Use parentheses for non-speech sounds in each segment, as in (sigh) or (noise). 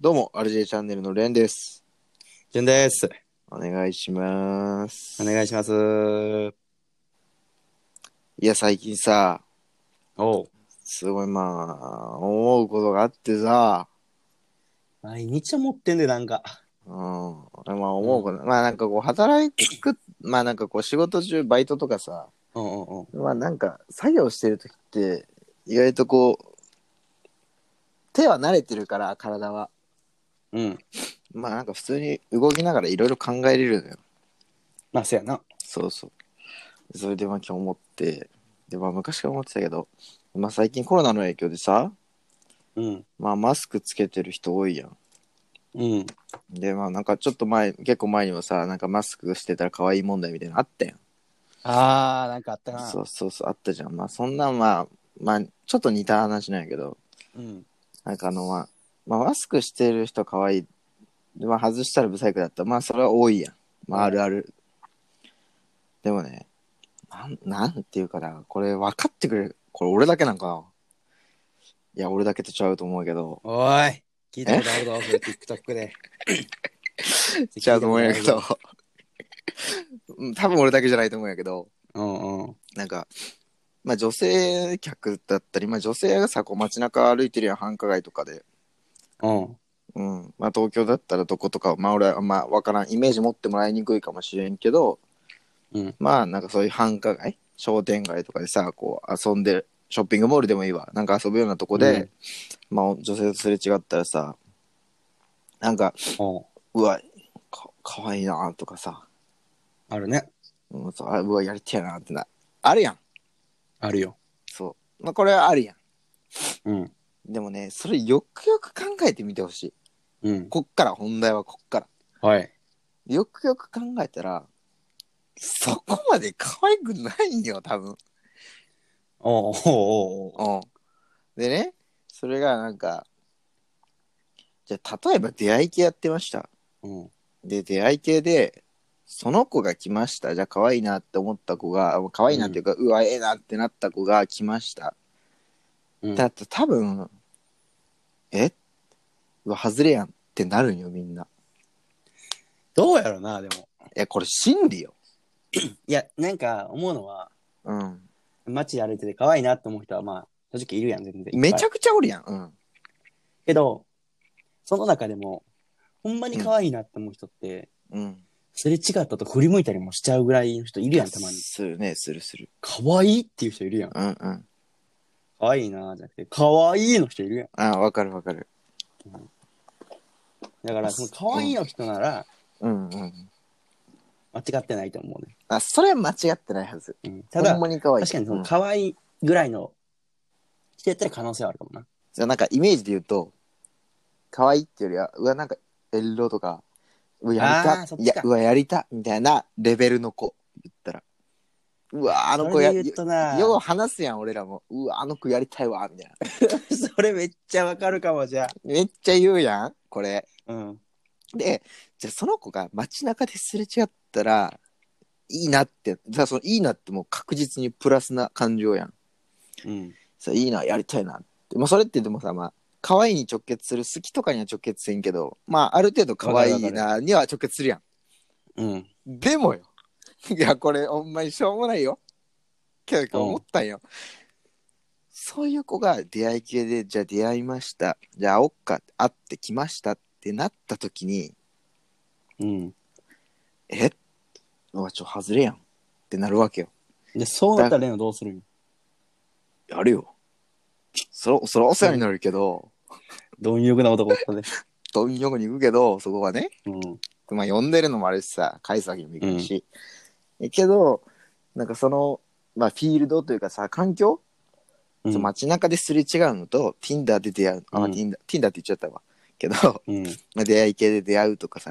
どうも、RJ チャンネルのレンです。順です。お願いします。お願いします。いや、最近さ、おうすごいまあ、思うことがあってさ、毎日思ってんで、なんか。うん、まあ思うこと、まあなんかこう、働く、まあなんかこう、仕事中、バイトとかさ、うんうんうん。まあなんか、作業してるときって、意外とこう、手は慣れてるから、体は。うん。まあなんか普通に動きながらいろいろ考えれるのよ。まあ、そやな。そうそう。それでまあ今日思って、でまあ昔から思ってたけど、まあ最近コロナの影響でさ、うん。まあマスクつけてる人多いやん。うん。でまあなんかちょっと前、結構前にもさ、なんかマスクしてたら可愛い問題みたいなのあったやん。あー、なんかあったな。そうそうそう、あったじゃん。まあそんなまあ、まあちょっと似た話なんやけど、うん。なんかあのまあ、まあマスクしてる人可愛い。でまあ外したらブサイクだった。まあそれは多いやん。まああるある。でもね、なん、なんていうかな。これ分かってくれる。これ俺だけなんかな。いや、俺だけとちゃうと思うけど。おーい。聞いたことある (laughs) ぞ、それ TikTok で。ちゃうと思うんやけど。うん多分俺だけじゃないと思うんやけど。うんうん。なんか、まあ女性客だったり、まあ女性がさ、こう街中歩いてるやん、繁華街とかで。うん。うん、まあ東京だったらどことかまあ俺はまあ分からんイメージ持ってもらいにくいかもしれんけど、うんまあなんかそういう繁華街商店街とかでさこう遊んでるショッピングモールでもいいわなんか遊ぶようなとこで、まあ女性とすれ違ったらさなんかうん。うわかかわいいなとかさ、あるね。うん、そうあうわやりてえなってなあるやんあるよ。そう、まあ、これはあるやんうん。でもねそれよくよく考えてみてほしいうん。こっから本題はこっから。はい。よくよく考えたら、そこまで可愛くないんよ、多分。おうおうおうおううん。でね、それがなんか、じゃあ例えば出会い系やってました。うん。で、出会い系で、その子が来ました。じゃあ可愛いなって思った子が、あ可愛いなっていうか、うわ、ええなってなった子が来ました。うんだって多分、えうわ、外れやんってなるんよ、みんな。どうやろな、でも。え、これ真理よ。いや、なんか思うのは、うん。街で歩いてて可愛いなって思う人は、まあ、正直いるやん、全然。めちゃゃくちゃおるやん。うん。けど、その中でも、ほんまに可愛いなって思う人って、うん。すれ違ったと振り向いたりもしちゃうぐらいの人いるやん、たまに。するね、するする。可愛いっていう人いるやん。うんうん。可愛いなじゃなくて、可愛いの人いるやん。あわかるわかる。だから、その可愛いの人なら、うんうん。間違ってないと思うね。あ、それは間違ってないはず。うん、たほだん、まに可愛い。確かにそうんの可愛いぐらいの人やったら可能性はあるかもな。じゃあなんかイメージで言うと、可愛いっていうよりは、うわ、なんか、エロとか、うわ、やあーりそたっいちやか、うわ、やりたみたいなレベルの子、言ったら。うわ、あの子それや、でよ言うとなよう話すやん、俺らも。うわ、あの子やりたいわ、みたいな。それめっちゃわかるかも、じゃめっちゃ言うやん、これ。あ。うん。で、じゃあその子が街中ですれ違ったら、いいなって、だからそのいいなってもう確実にプラスな感情やん。うん。さ、いいな、やりたいなって。まあそれってでもさ、まあ、可愛いに直結する、好きとかには直結せんけど、まあある程度可愛いなには直結するやん。うん。でもよ。 (laughs) いや、これほんまにしょうもないよ。けど思ったんよ。そういう子が出会い系で、じゃあ出会いました。じゃあ会おっか、会ってきましたってなった時に、うん。えうわ、ちょ、外れやん。ってなるわけよ。で、そうなったらレナどうするんやるよ。そら、そらお世話になるけど、貪欲な男だったで。どんよくに行くけど、そこはね。うん。まあ、呼んでるのもあるしさ、返すわけにもいかんし。えけど、なんかその、まあ、フィールドというかさ、環境、うそのん。街中ですれ違うのと、Tinder で出会う。あ、まあうん Tinder、Tinder って言っちゃったわ。けど、うん。まあ、出会い系で出会うとかさ、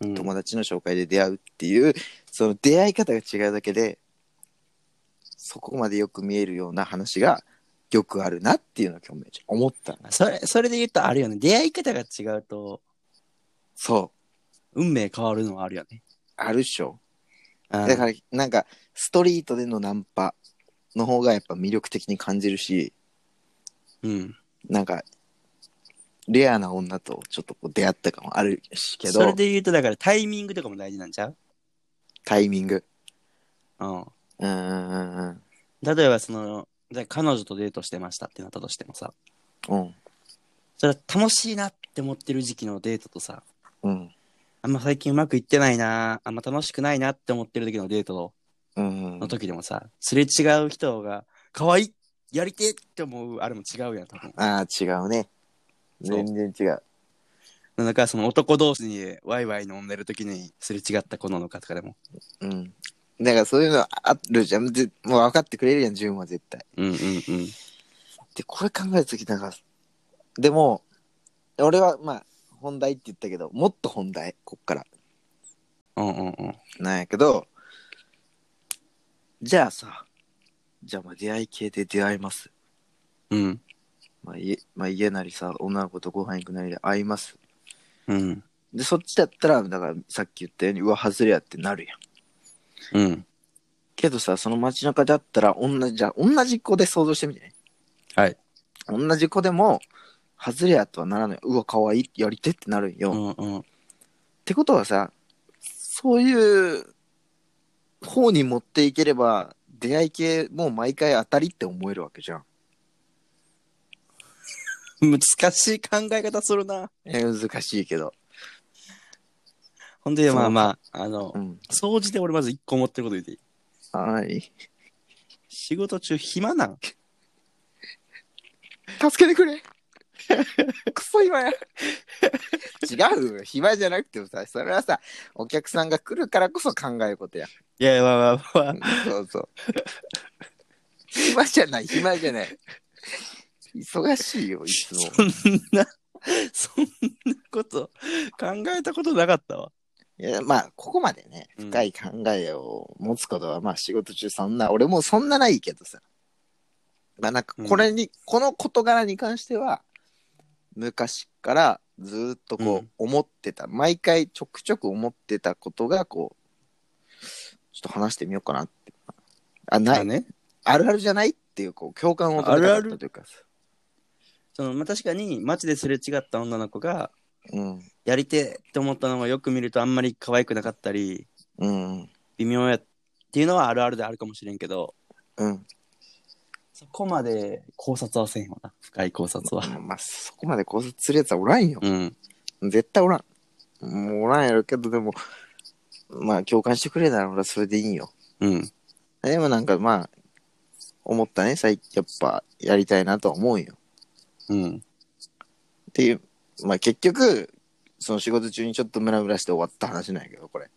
うん友達の紹介で出会うっていう、その出会い方が違うだけで、そこまでよく見えるような話がよくあるなっていうのを今日めっちゃ思ったな。それ、それで言うとあるよね。出会い方が違うと、そう。運命変わるのはあるよね。あるっしょ。だだから、なんか、ストリートでのナンパの方がやっぱ魅力的に感じるし、うん。なんか、レアな女とちょっとこう出会った感もあるしけそれど、で言うと、だからタイミングとかも大事なんちゃうタイミング。うん。うんうんうんうん。例えば、その、じゃあ彼女とデートしてましたってなったとしてもさ、うん。それは楽しいなって思ってる時期のデートとさ、うん。あんま最近うまくいってないな、あんま楽しくないなって思ってる時のデートうん、うのん。時でもさ、すれ違う人が、可愛いやりてえって思う、あれも違うやん、多分。ああ、違うね。そう全然違う。なんだかその男同士にワイワイ飲んでる時にすれ違った子なのかとかでも。うん。だからそういうのあるじゃん。ぜもう分かってくれるやん、純は絶対。うんうんうん。で、これ考えた時なんか、でも、俺はまあ、本題って言ったけど、もっと本題、こっから。うんうんうん。なんやけど、じゃあさ、じゃあまあ出会い系で出会います。うん。まあ、家まあ、家なりさ、女の子とご飯行くなりで会います。うん。で、そっちだったら、だからさっき言ったように、うわ、外れやってなるやん。うん。けどさ、その街中だったら、同じ、じゃあ同じ子で想像してみてね。はい。同じ子でも、外れやとはならない。うわ、可愛いやりてってなるんよ。うっんうん。てことはさ、そういう方に持っていければ、出会い系もう毎回当たりって思えるわけじゃん。難しい考え方するな。え難しいけど。ほんで、そうまあまあ、あのう、ん。掃除で俺まず一個思ってること言っていいはい。仕事中暇なん助けてくれ (laughs) クソ今や違うよ暇じゃなくてもさそれはさお客さんが来るからこそ考えることやいやいや、まあまあまあ。 (laughs) そうそう暇じゃない暇じゃない忙しいよいつもそんな、そんなこと考えたことなかったわ。いやまあここまでねうん深い考えを持つことはまあ仕事中そんな俺もそんなないけどさまあなんかこれに、この事柄に関しては昔からずーっとこう思ってた、毎回ちょくちょく思ってたことがこうちょっと話してみようかなってあないまあね。あるあるじゃないっていうこう共感を求めたかったというかさその、まあ確かに街ですれ違った女の子が、うんやりてえって思ったのがよく見るとあんまり可愛くなかったり、うん微妙やっていうのはあるあるであるかもしれんけど、うんそこまで考察はせんよな。深い考察は。まあそこまで考察するやつはおらんようん。絶対おらん。もうおらんやろけど、でも、まあ共感してくれたら俺はそれでいいよ。うん。でもなんかまあ、思ったね、最近やっぱやりたいなとは思うよ。うん。っていう、まあ結局、その仕事中にちょっとムラムラして終わった話なんやけど、これ。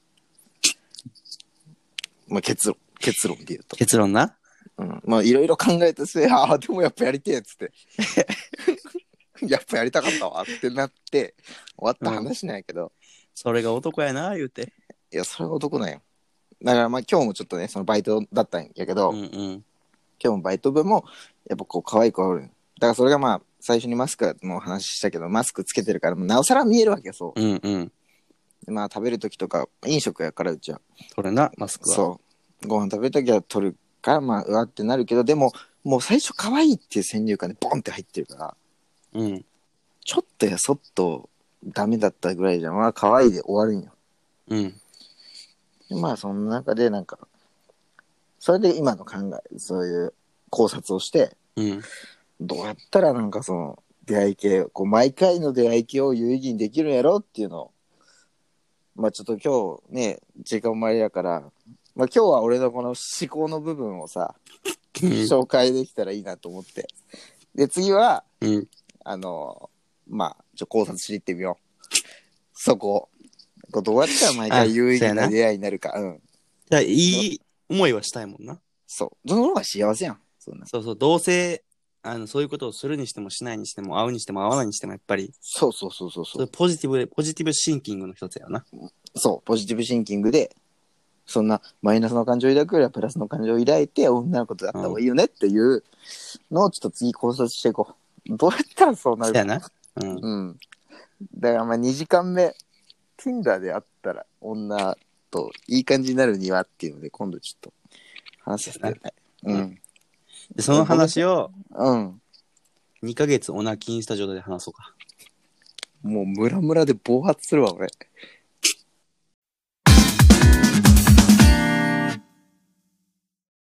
まあ結論、結論で言うと。結論な。うん、まあいろいろ考えた末、ああ、でもやっぱやりてえっつって。 (laughs) やっぱやりたかったわってなって、終わった話なんやけど、それが男やな、言うて。いや、それは男なんよ。だからまあ今日もちょっとね、そのバイトだったんやけど、うんうん。今日もバイト分も、やっぱこう可愛い子がおるんよ。だからそれがまあ、最初にマスクのお話ししたけど、マスクつけてるから、もうなおさら見えるわけよ、そうんうん。う。まあ食べる時とか、飲食やからうちは。それな、マスクは。そう。ご飯食べる時は取るから、まあうわってなるけど、でも、もう最初可愛いっていう先入観でボンって入ってるから、う。うん。ちょっとやそっとダメだったぐらいじゃ、まあ可愛いで終わるんよ。うん。でまあその中でなんかそれで今の考えそういう考察をしてうん。どうやったらなんかその出会い系こう毎回の出会い系を有意義にできるんやろっていうのをまあちょっと今日ね時間もあれやから、まあ、今日は俺のこの思考の部分をさ紹介できたらいいなと思ってで次はうん。あのまあちょっと考察しに行ってみようそこをこうどうやったら毎回有意義な出会いになるかうんじゃあいい思いはしたいもんな。そう。その方が幸せやん。そんな。そうそう。どうせ、あの、そういうことをするにしてもしないにしても、会うにしても会わないにしても、やっぱり、そうそうそうそうそそういうう。ポジティブで、ポジティブシンキングの一つやな。そう、ポジティブシンキングで、そんなマイナスの感情を抱くよりはプラスの感情を抱いて女の子とやった方がいいよねっていうのをちょっと次考察していこう。どうやったらそうなそるうかや。な。うん。うん。だからまあ2時間目、Tinder で会ったら女といい感じになるにはっていうので、今度ちょっと話させてください。う。うんで、その話を、うん。 2ヶ月オナキンした状態で話そうか。もうムラムラで暴発するわ、俺。